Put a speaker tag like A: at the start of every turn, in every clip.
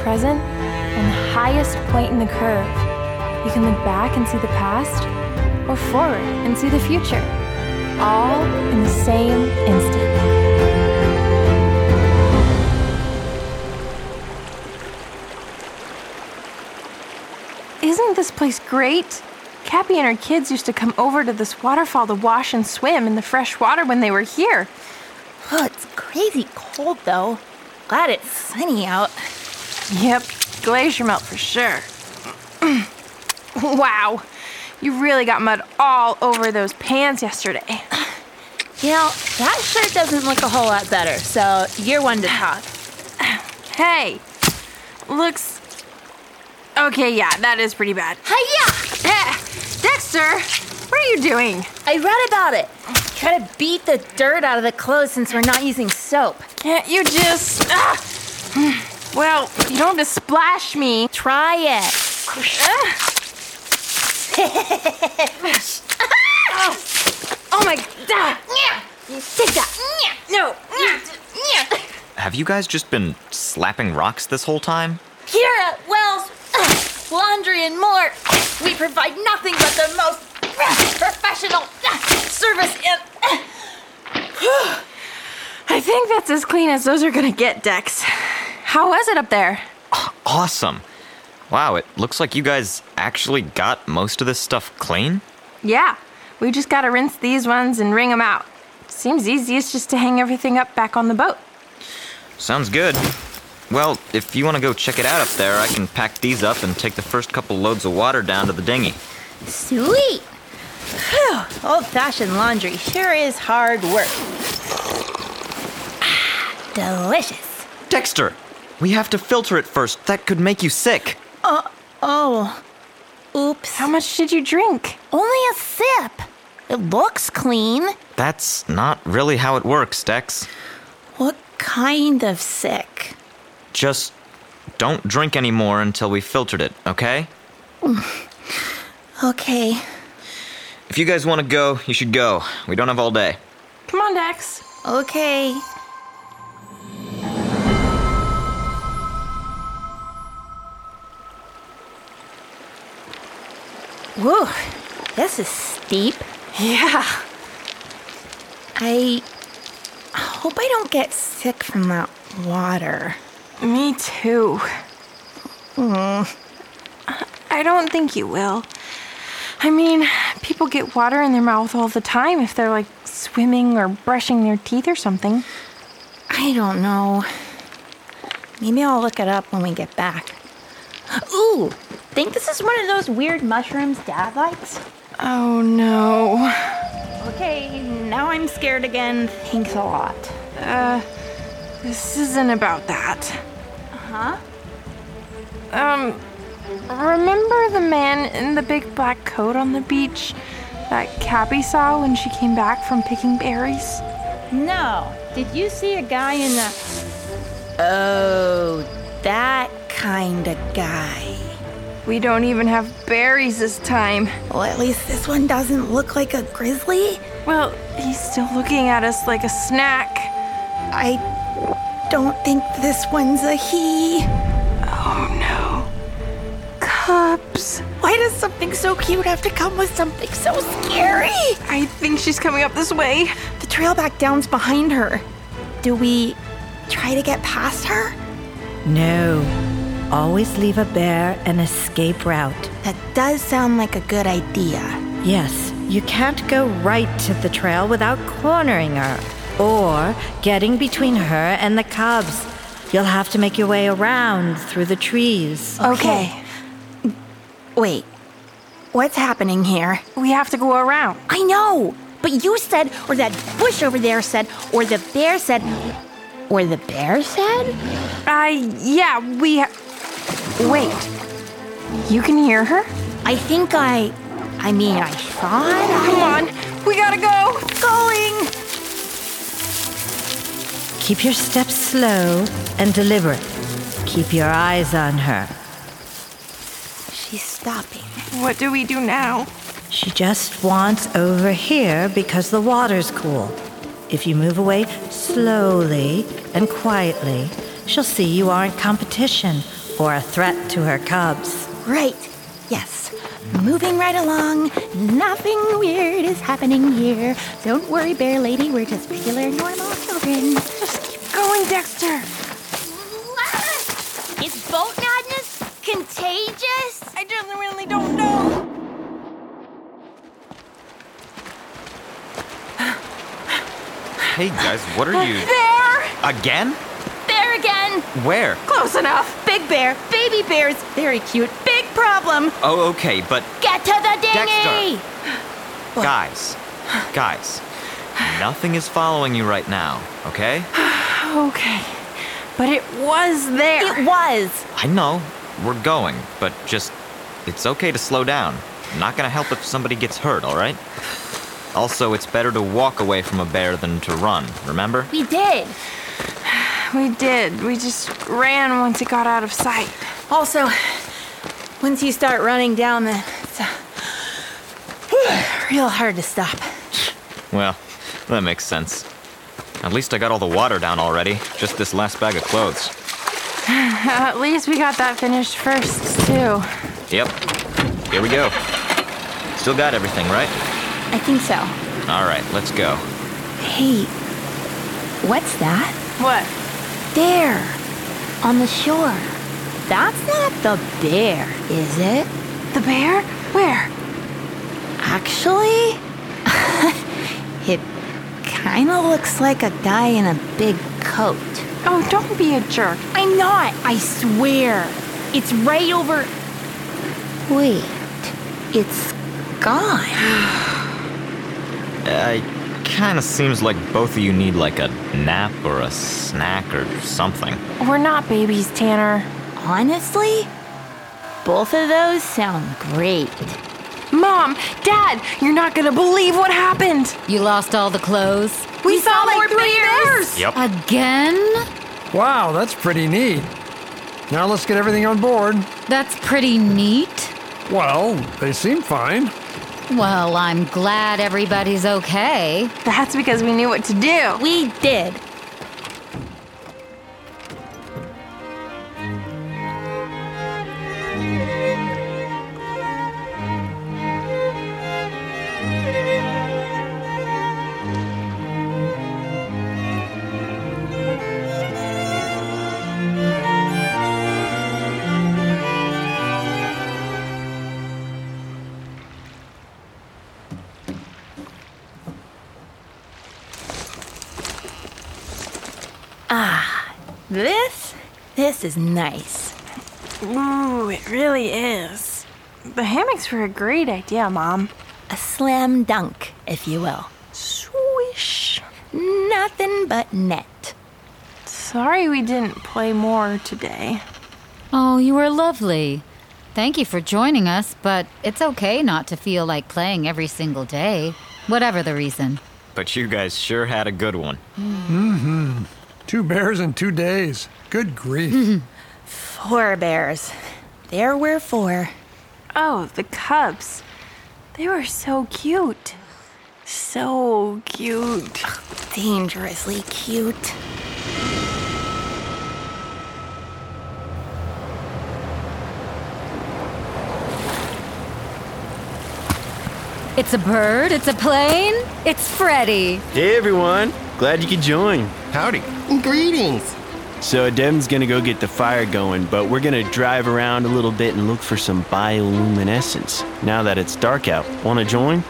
A: present and the highest point in the curve. You can look back and see the past, or forward and see the future, all in the same instant. Isn't this place great? Cappy and her kids used to come over to this waterfall to wash and swim in the fresh water when they were here.
B: Oh, it's crazy cold though. Glad it's sunny out.
A: Yep, glacier melt for sure. wow, you really got mud all over those pans yesterday.
B: You know, that shirt doesn't look a whole lot better, so you're one to talk.
A: Hey, looks. Okay, yeah, that is pretty bad.
B: Hiya!
A: Eh, Dexter, what are you doing?
B: I read about it. Try to beat the dirt out of the clothes since we're not using soap.
A: Can't you just. Ah! Well, you don't have to splash me.
B: Try it.
A: Ah. Ah. Oh my god! Take that! No!
C: Have you guys just been slapping rocks this whole time?
B: Here at Wells, ah, laundry and more, we provide nothing but the most ah, professional ah, service and.
A: I think that's as clean as those are gonna get, Dex. How was it up there?
C: Awesome! Wow, it looks like you guys actually got most of this stuff clean?
A: Yeah, we just gotta rinse these ones and wring them out. Seems easiest just to hang everything up back on the boat.
C: Sounds good. Well, if you want to go check it out up there, I can pack these up and take the first couple loads of water down to the dinghy.
B: Sweet! Old fashioned laundry sure is hard work. Ah, Delicious.
C: Dexter! We have to filter it first. That could make you sick.
B: Uh, Oh, oops.
A: How much did you drink?
B: Only a sip. It looks clean.
C: That's not really how it works, Dex.
B: What kind of sick?
C: Just don't drink anymore until we filtered it, okay?
B: Okay.
C: If you guys want to go, you should go. We don't have all day.
A: Come on, Dex.
B: Okay. Whoa, this is steep.
A: Yeah.
B: I hope I don't get sick from that water.
A: Me too. I don't think you will. I mean, people get water in their mouth all the time if they're like swimming or brushing their teeth or something.
B: I don't know. Maybe I'll look it up when we get back. Ooh, think this is one of those weird mushrooms dad likes?
A: Oh no.
B: Okay, now I'm scared again. Thanks a lot.
A: Uh, This isn't about that.
B: Huh?
A: Um, remember the man in the big black coat on the beach that Cappy saw when she came back from picking berries?
B: No. Did you see a guy in a. Oh, that kind of guy.
A: We don't even have berries this time.
B: Well, at least this one doesn't look like a grizzly.
A: Well, he's still looking at us like a snack.
B: I don't think this one's a he.
A: Oh, Cups.
B: Why does something so cute have to come with something so scary?
A: I think she's coming up this way.
B: The trail back down's behind her. Do we try to get past her?
D: No. Always leave a bear an escape route.
B: That does sound like a good idea.
D: Yes, you can't go right to the trail without cornering her or getting between her and the cubs. You'll have to make your way around through the trees.
B: Okay. Wait, what's happening here?
A: We have to go around.
B: I know, but you said, or that bush over there said, or the bear said, or the bear said?
A: I, yeah, we. Ha- Wait. You can hear her?
B: I think I. I mean, I thought
A: Come on, we gotta go.
B: I'm going.
D: Keep your steps slow and deliberate. Keep your eyes on her.
B: She's stopping.
A: What do we do now?
D: She just wants over here because the water's cool. If you move away slowly and quietly, she'll see you aren't competition or a threat to her cubs.
B: Right. Yes. Moving right along. Nothing weird is happening here. Don't worry, Bear Lady. We're just regular, normal children. Just keep going, Dexter.
E: Is boat madness contagious?
A: I genuinely don't know.
C: Hey guys, what are you.
A: Bear!
C: Again?
E: There again!
C: Where?
A: Close enough. Big bear, baby bears, very cute. Big problem.
C: Oh, okay, but
E: Get to the dinghy!
C: Dexter! Guys, guys, nothing is following you right now, okay?
A: Okay. But it was there.
B: It was.
C: I know, we're going, but just, it's okay to slow down. Not gonna help if somebody gets hurt, alright? Also, it's better to walk away from a bear than to run, remember?
E: We did.
A: We did. We just ran once it got out of sight.
B: Also, once you start running down, the, it's uh, real hard to stop.
C: Well, that makes sense. At least I got all the water down already, just this last bag of clothes.
A: At least we got that finished first, too.
C: Yep, here we go. Still got everything, right?
B: I think so.
C: Alright, let's go.
B: Hey, what's that?
A: What?
B: There, on the shore. That's not the bear, is it?
A: The bear? Where?
B: Actually, it kind of looks like a guy in a big coat.
A: Oh, don't be a jerk.
B: I'm not, I swear. It's right over. Wait, it's gone.
C: Uh, kinda seems like both of you need like a nap or a snack or something.
F: We're not babies, Tanner.
B: Honestly, both of those sound great.
A: Mom, Dad, you're not gonna believe what happened.
G: You lost all the clothes?
A: We, saw, more bears.
C: Yep.
G: Again?
H: Wow, that's pretty neat. Now let's get everything on board.
G: That's pretty neat.
H: Well, they seem fine.
G: Well, I'm glad everybody's okay.
A: That's because we knew what to do.
B: We did. Ah, This? This is nice.
A: Ooh, it really is. The hammocks were a great idea, Mom.
B: A slam dunk, if you will.
A: Swish.
B: Nothing but net.
A: Sorry we didn't play more today.
G: Oh, you were lovely. Thank you for joining us, but it's okay not to feel like playing every single day, whatever the reason.
C: But you guys sure had a good one.
H: Mm-hmm. Two bears in two days. Good
G: Mm-hmm.
H: grief.
B: Poor bears. There were four.
A: Oh, the cubs. They were so cute. So cute.
B: Dangerously cute.
G: It's a bird, it's a plane, it's Freddy.
I: Hey everyone, glad you could join.
J: Howdy. Greetings.
I: So Dem's gonna go get the fire going, but we're gonna drive around a little bit and look for some bioluminescence. Now that it's dark out, wanna join?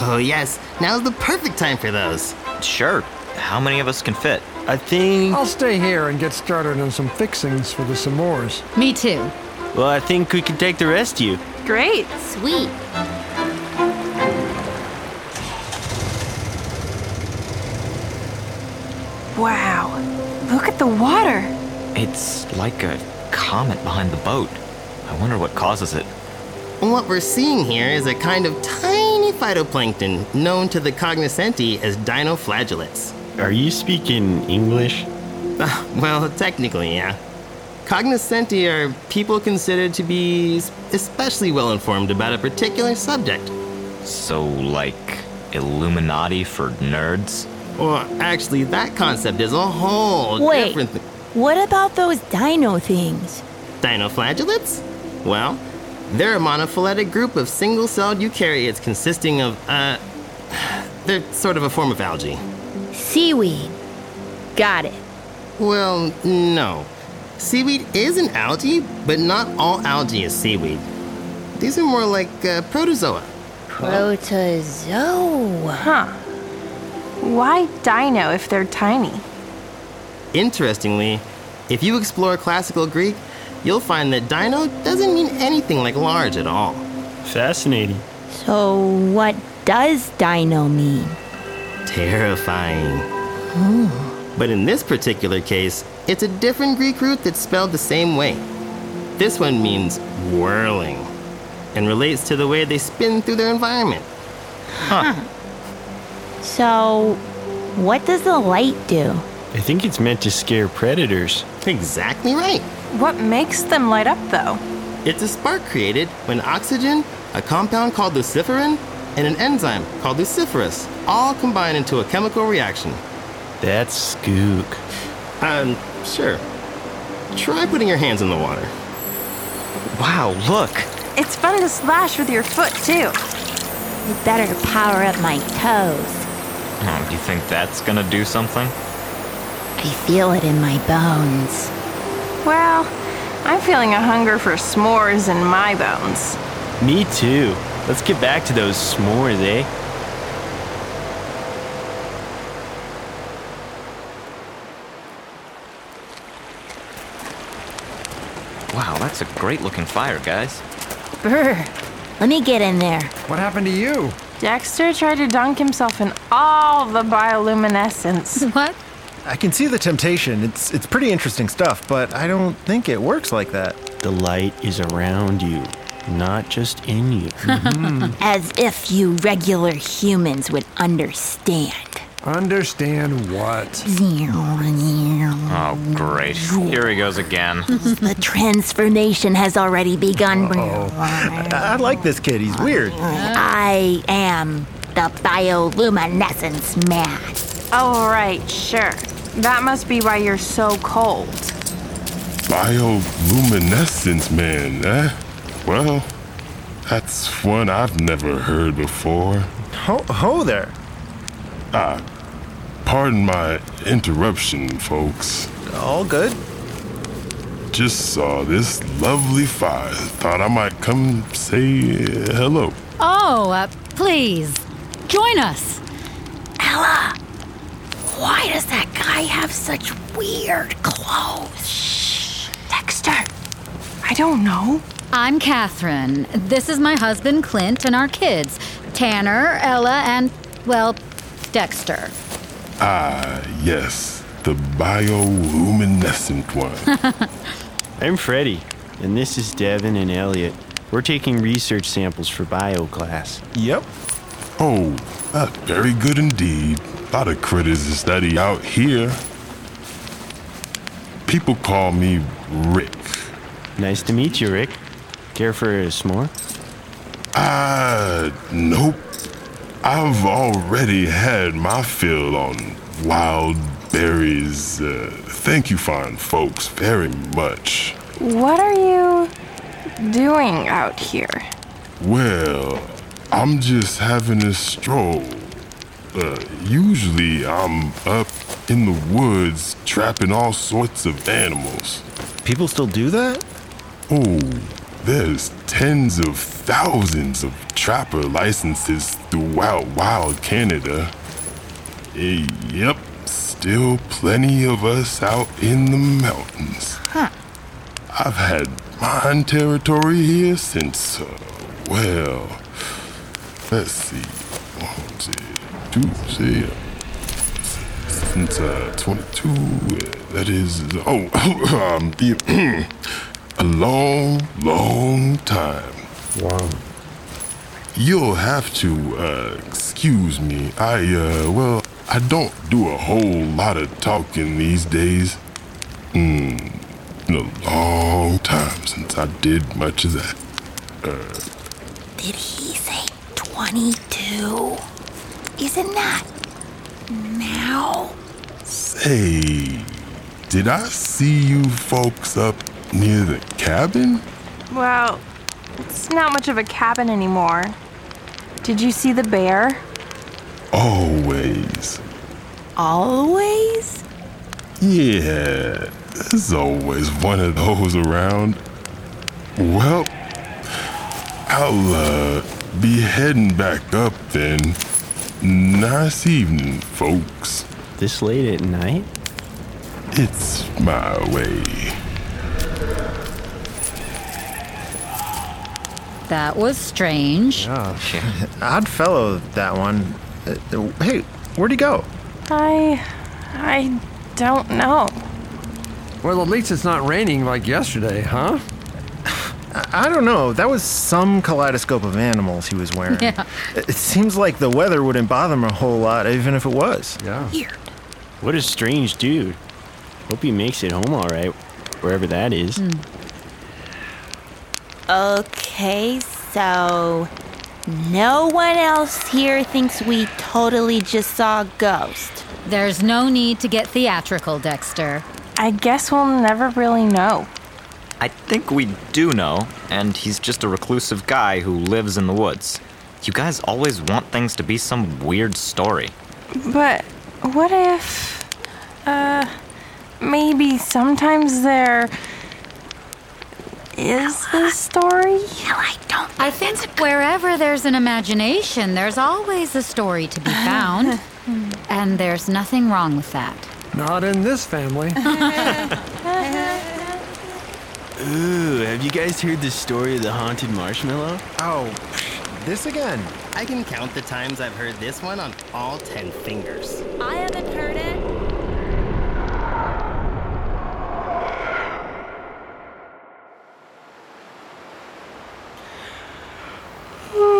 J: Oh, yes. Now's the perfect time for those.
C: Sure. How many of us can fit?
I: I think.
H: I'll stay here and get started on some fixings for the s'mores.
G: Me too.
I: Well, I think we can take the rest of you.
A: Great.
G: Sweet.
A: Wow. Look at the water.
C: It's like a comet behind the boat. I wonder what causes it.
J: What we're seeing here is a kind of tiny phytoplankton known to the cognoscenti as dinoflagellates.
I: Are you speaking English?
J: Well, technically, yeah. Cognoscenti are people considered to be s- especially well informed about a particular subject.
C: So, like, Illuminati for nerds?
J: Well, actually, that concept is a whole
B: Wait.
J: different thing.
B: What about those dino things?
J: Dinoflagellates? Well, they're a monophyletic group of single celled eukaryotes consisting of, uh, they're sort of a form of algae.
D: Seaweed. Got it.
J: Well, no. Seaweed is an algae, but not all algae is seaweed. These are more like uh, protozoa.
D: Protozoa.
A: Huh. Why dino if they're tiny?
J: Interestingly, if you explore classical Greek, you'll find that dino doesn't mean anything like large at all.
I: Fascinating.
B: So, what does dino mean?
J: Terrifying.
A: Oh.
J: But in this particular case, it's a different Greek root that's spelled the same way. This one means whirling and relates to the way they spin through their environment.
B: So, what does the light do?
I: I think it's meant to scare predators.
J: Exactly right.
A: What makes them light up though?
J: It's a spark created when oxygen, a compound called luciferin, and an enzyme called luciferase all combine into a chemical reaction.
I: That's skook.
J: Um, sure. Try putting your hands in the water.
C: Wow, look!
A: It's fun to slash with your foot too.
B: You better power up my toes.
C: Oh, you think that's gonna do something?
B: I feel it in my bones.
A: Well, I'm feeling a hunger for s'mores in my bones.
I: Me too. Let's get back to those s'mores, eh?
C: Wow, that's a great looking fire, guys.
B: Brr. Let me get in there.
H: What happened to you?
A: Dexter tried to dunk himself in all the bioluminescence.
G: What?
K: I can see the temptation. It's it's pretty interesting stuff, but I don't think it works like that.
I: The light is around you, not just in you.
B: As if you regular humans would understand.
H: Understand what?
C: Oh, great. Here he goes again.
B: The transformation has already begun.
K: I, I like this kid. He's weird.
B: I am the bioluminescence man.
A: all right, sure. That must be why you're so cold.
L: Bioluminescence man, eh? Well, that's one I've never heard before. Ah,
K: Ho ho there.
L: Pardon my interruption, folks.
K: All good.
L: Just saw this lovely fire. Thought I might come say hello.
G: Oh, uh, please. Join us.
B: Ella, why does that guy have such weird clothes? Shh, Dexter.
A: I don't know.
G: I'm Catherine. This is my husband, Clint, and our kids Tanner, Ella, and, well, Dexter.
L: Ah, yes, the bioluminescent one.
I: I'm Freddie, and this is Devin and Elliot. We're taking research samples for bio class.
K: Yep.
L: oh, that's very good indeed. lot of critters to study out here. People call me Rick.
I: Nice to meet you, Rick. Care for a s'more?
L: Ah, nope. I've already had my fill on wild berries. Uh, thank you, fine folks, very much.
A: What are you doing out here?
L: Well, I'm just having a stroll. Uh, usually I'm up in the woods trapping all sorts of animals.
K: People still do that?
L: Oh, there's tens of thousands of trapper licenses throughout wild Canada. Eh, yep, still plenty of us out in the mountains. I've had mine territory here since, uh, well, let's see, one, two, two, three, since uh, 22. uh, That is, oh, um, the- a long, long time.
H: Wow.
L: You'll have to uh, excuse me. I, uh, well, I don't do a whole lot of talking these days. Hmm, been a long time since I did much of that. Uh,
B: Did he say 22? Isn't that now?
L: Say, did I see you folks up Near the cabin?
A: Well, it's not much of a cabin anymore. Did you see the bear?
L: Always.
A: Always?
L: Yeah, there's always one of those around. Well, I'll uh, be heading back up then. Nice evening, folks.
I: This late at night?
L: It's my way.
G: That was strange.
K: Oh, shit. Odd fellow, that one. Uh, uh, hey, where'd he go?
A: I. I don't know.
H: Well, at least it's not raining like yesterday, huh?
K: I I don't know. That was some kaleidoscope of animals he was wearing.
G: Yeah.
K: It it seems like the weather wouldn't bother him a whole lot, even if it was.
H: Yeah.
I: What a strange dude. Hope he makes it home all right, wherever that is.
B: Okay, so no one else here thinks we totally just saw a ghost.
G: There's no need to get theatrical, Dexter.
A: I guess we'll never really know.
C: I think we do know, and he's just a reclusive guy who lives in the woods. You guys always want things to be some weird story.
A: But what if. Uh. Maybe sometimes there. Is this story? I don't.
G: I think wherever there's an imagination, there's always a story to be found. and there's nothing wrong with that.
H: Not in this family.
I: Ooh, have you guys heard the story of the haunted marshmallow?
K: Oh, this again.
J: I can count the times I've heard this one on all ten fingers.
E: I haven't heard it.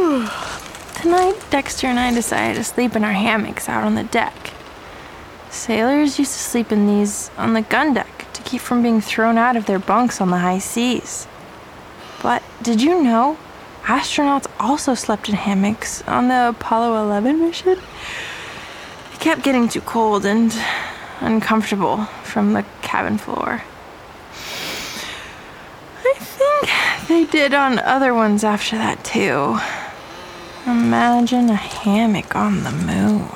A: Tonight, Dexter and I decided to sleep in our hammocks out on the deck. Sailors used to sleep in these on the gun deck to keep from being thrown out of their bunks on the high seas. But did you know? Astronauts also slept in hammocks on the Apollo 11 mission. It kept getting too cold and uncomfortable from the cabin floor. I think they did on other ones after that, too. Imagine a hammock on the moon.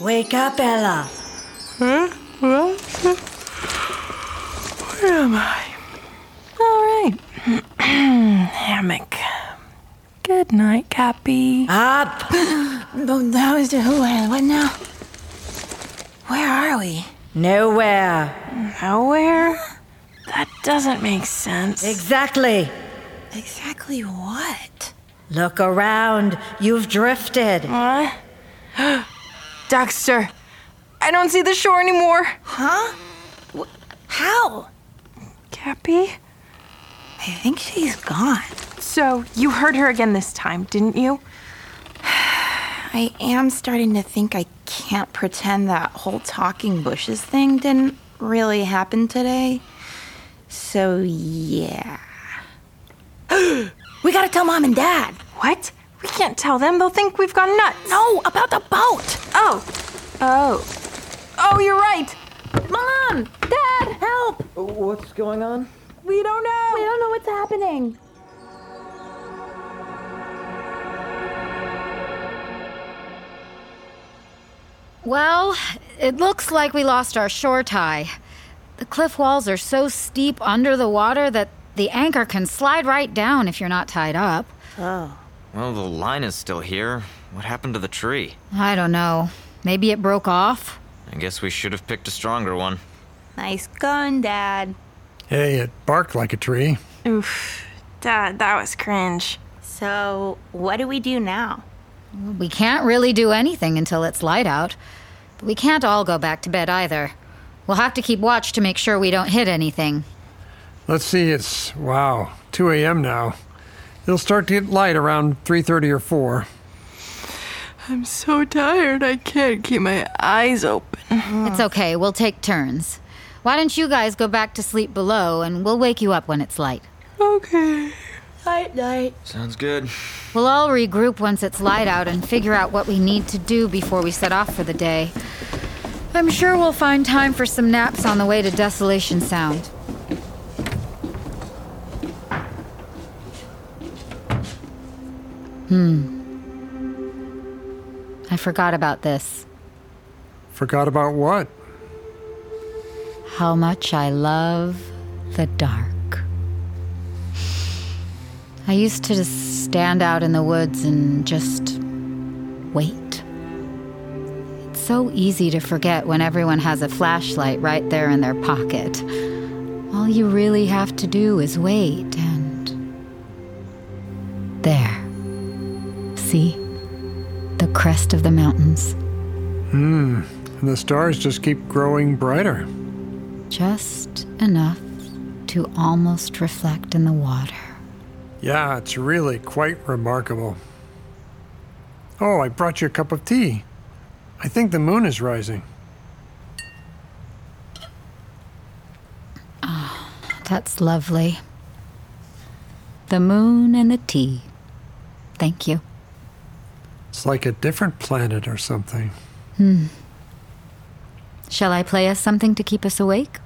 D: Wake up, Ella.
A: Huh? What? Where am I? All right. hammock. Good night, Cappy.
D: Up!
A: oh, that was the who What now? Where are we?
D: Nowhere.
A: Nowhere? That doesn't make sense.
D: Exactly.
A: Exactly what?
D: Look around. You've drifted.
A: What? Dexter, I don't see the shore anymore.
B: Huh? How?
A: Cappy?
B: I think she's gone.
A: So, you heard her again this time, didn't you?
B: I am starting to think I can't pretend that whole talking bushes thing didn't really happen today. So, yeah. we gotta tell mom and dad.
A: What? We can't tell them. They'll think we've gone nuts.
B: No, about the boat.
A: Oh. Oh. Oh, you're right. Mom! Dad! Help!
M: What's going on?
A: We don't know.
E: I don't know what's happening.
G: Well, it looks like we lost our shore tie. The cliff walls are so steep under the water that the anchor can slide right down if you're not tied up.
B: Oh.
C: Well, the line is still here. What happened to the tree?
G: I don't know. Maybe it broke off?
C: I guess we should have picked a stronger one.
B: Nice gun, Dad.
H: Hey, it barked like a tree.
A: Oof. Dad, that was cringe.
B: So, what do we do now?
G: We can't really do anything until it's light out. But we can't all go back to bed either. We'll have to keep watch to make sure we don't hit anything.
H: Let's see, it's wow, 2 a.m. now. It'll start to get light around 3:30 or 4.
A: I'm so tired, I can't keep my eyes open.
G: It's okay, we'll take turns. Why don't you guys go back to sleep below and we'll wake you up when it's light?
A: Okay.
E: Night, night.
C: Sounds good.
G: We'll all regroup once it's light out and figure out what we need to do before we set off for the day. I'm sure we'll find time for some naps on the way to Desolation Sound. Hmm. I forgot about this.
H: Forgot about what?
G: How much I love the dark. I used to just stand out in the woods and just wait. It's so easy to forget when everyone has a flashlight right there in their pocket. All you really have to do is wait and. There. See? The crest of the mountains.
H: Hmm. And the stars just keep growing brighter.
G: Just enough to almost reflect in the water.
H: Yeah, it's really quite remarkable. Oh, I brought you a cup of tea. I think the moon is rising.
G: Ah, That's lovely. The moon and the tea. Thank you.
H: It's like a different planet or something.
G: Hmm. Shall I play us something to keep us awake?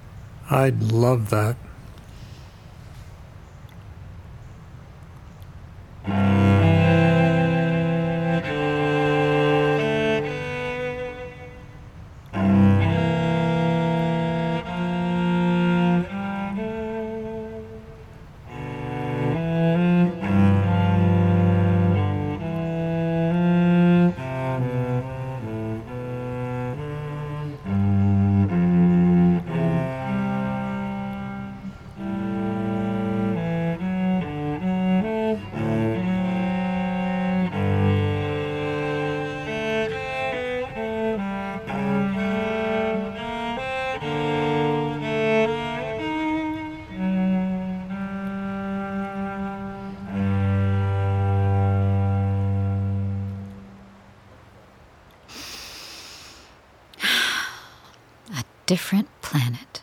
H: I'd love that.
G: different planet.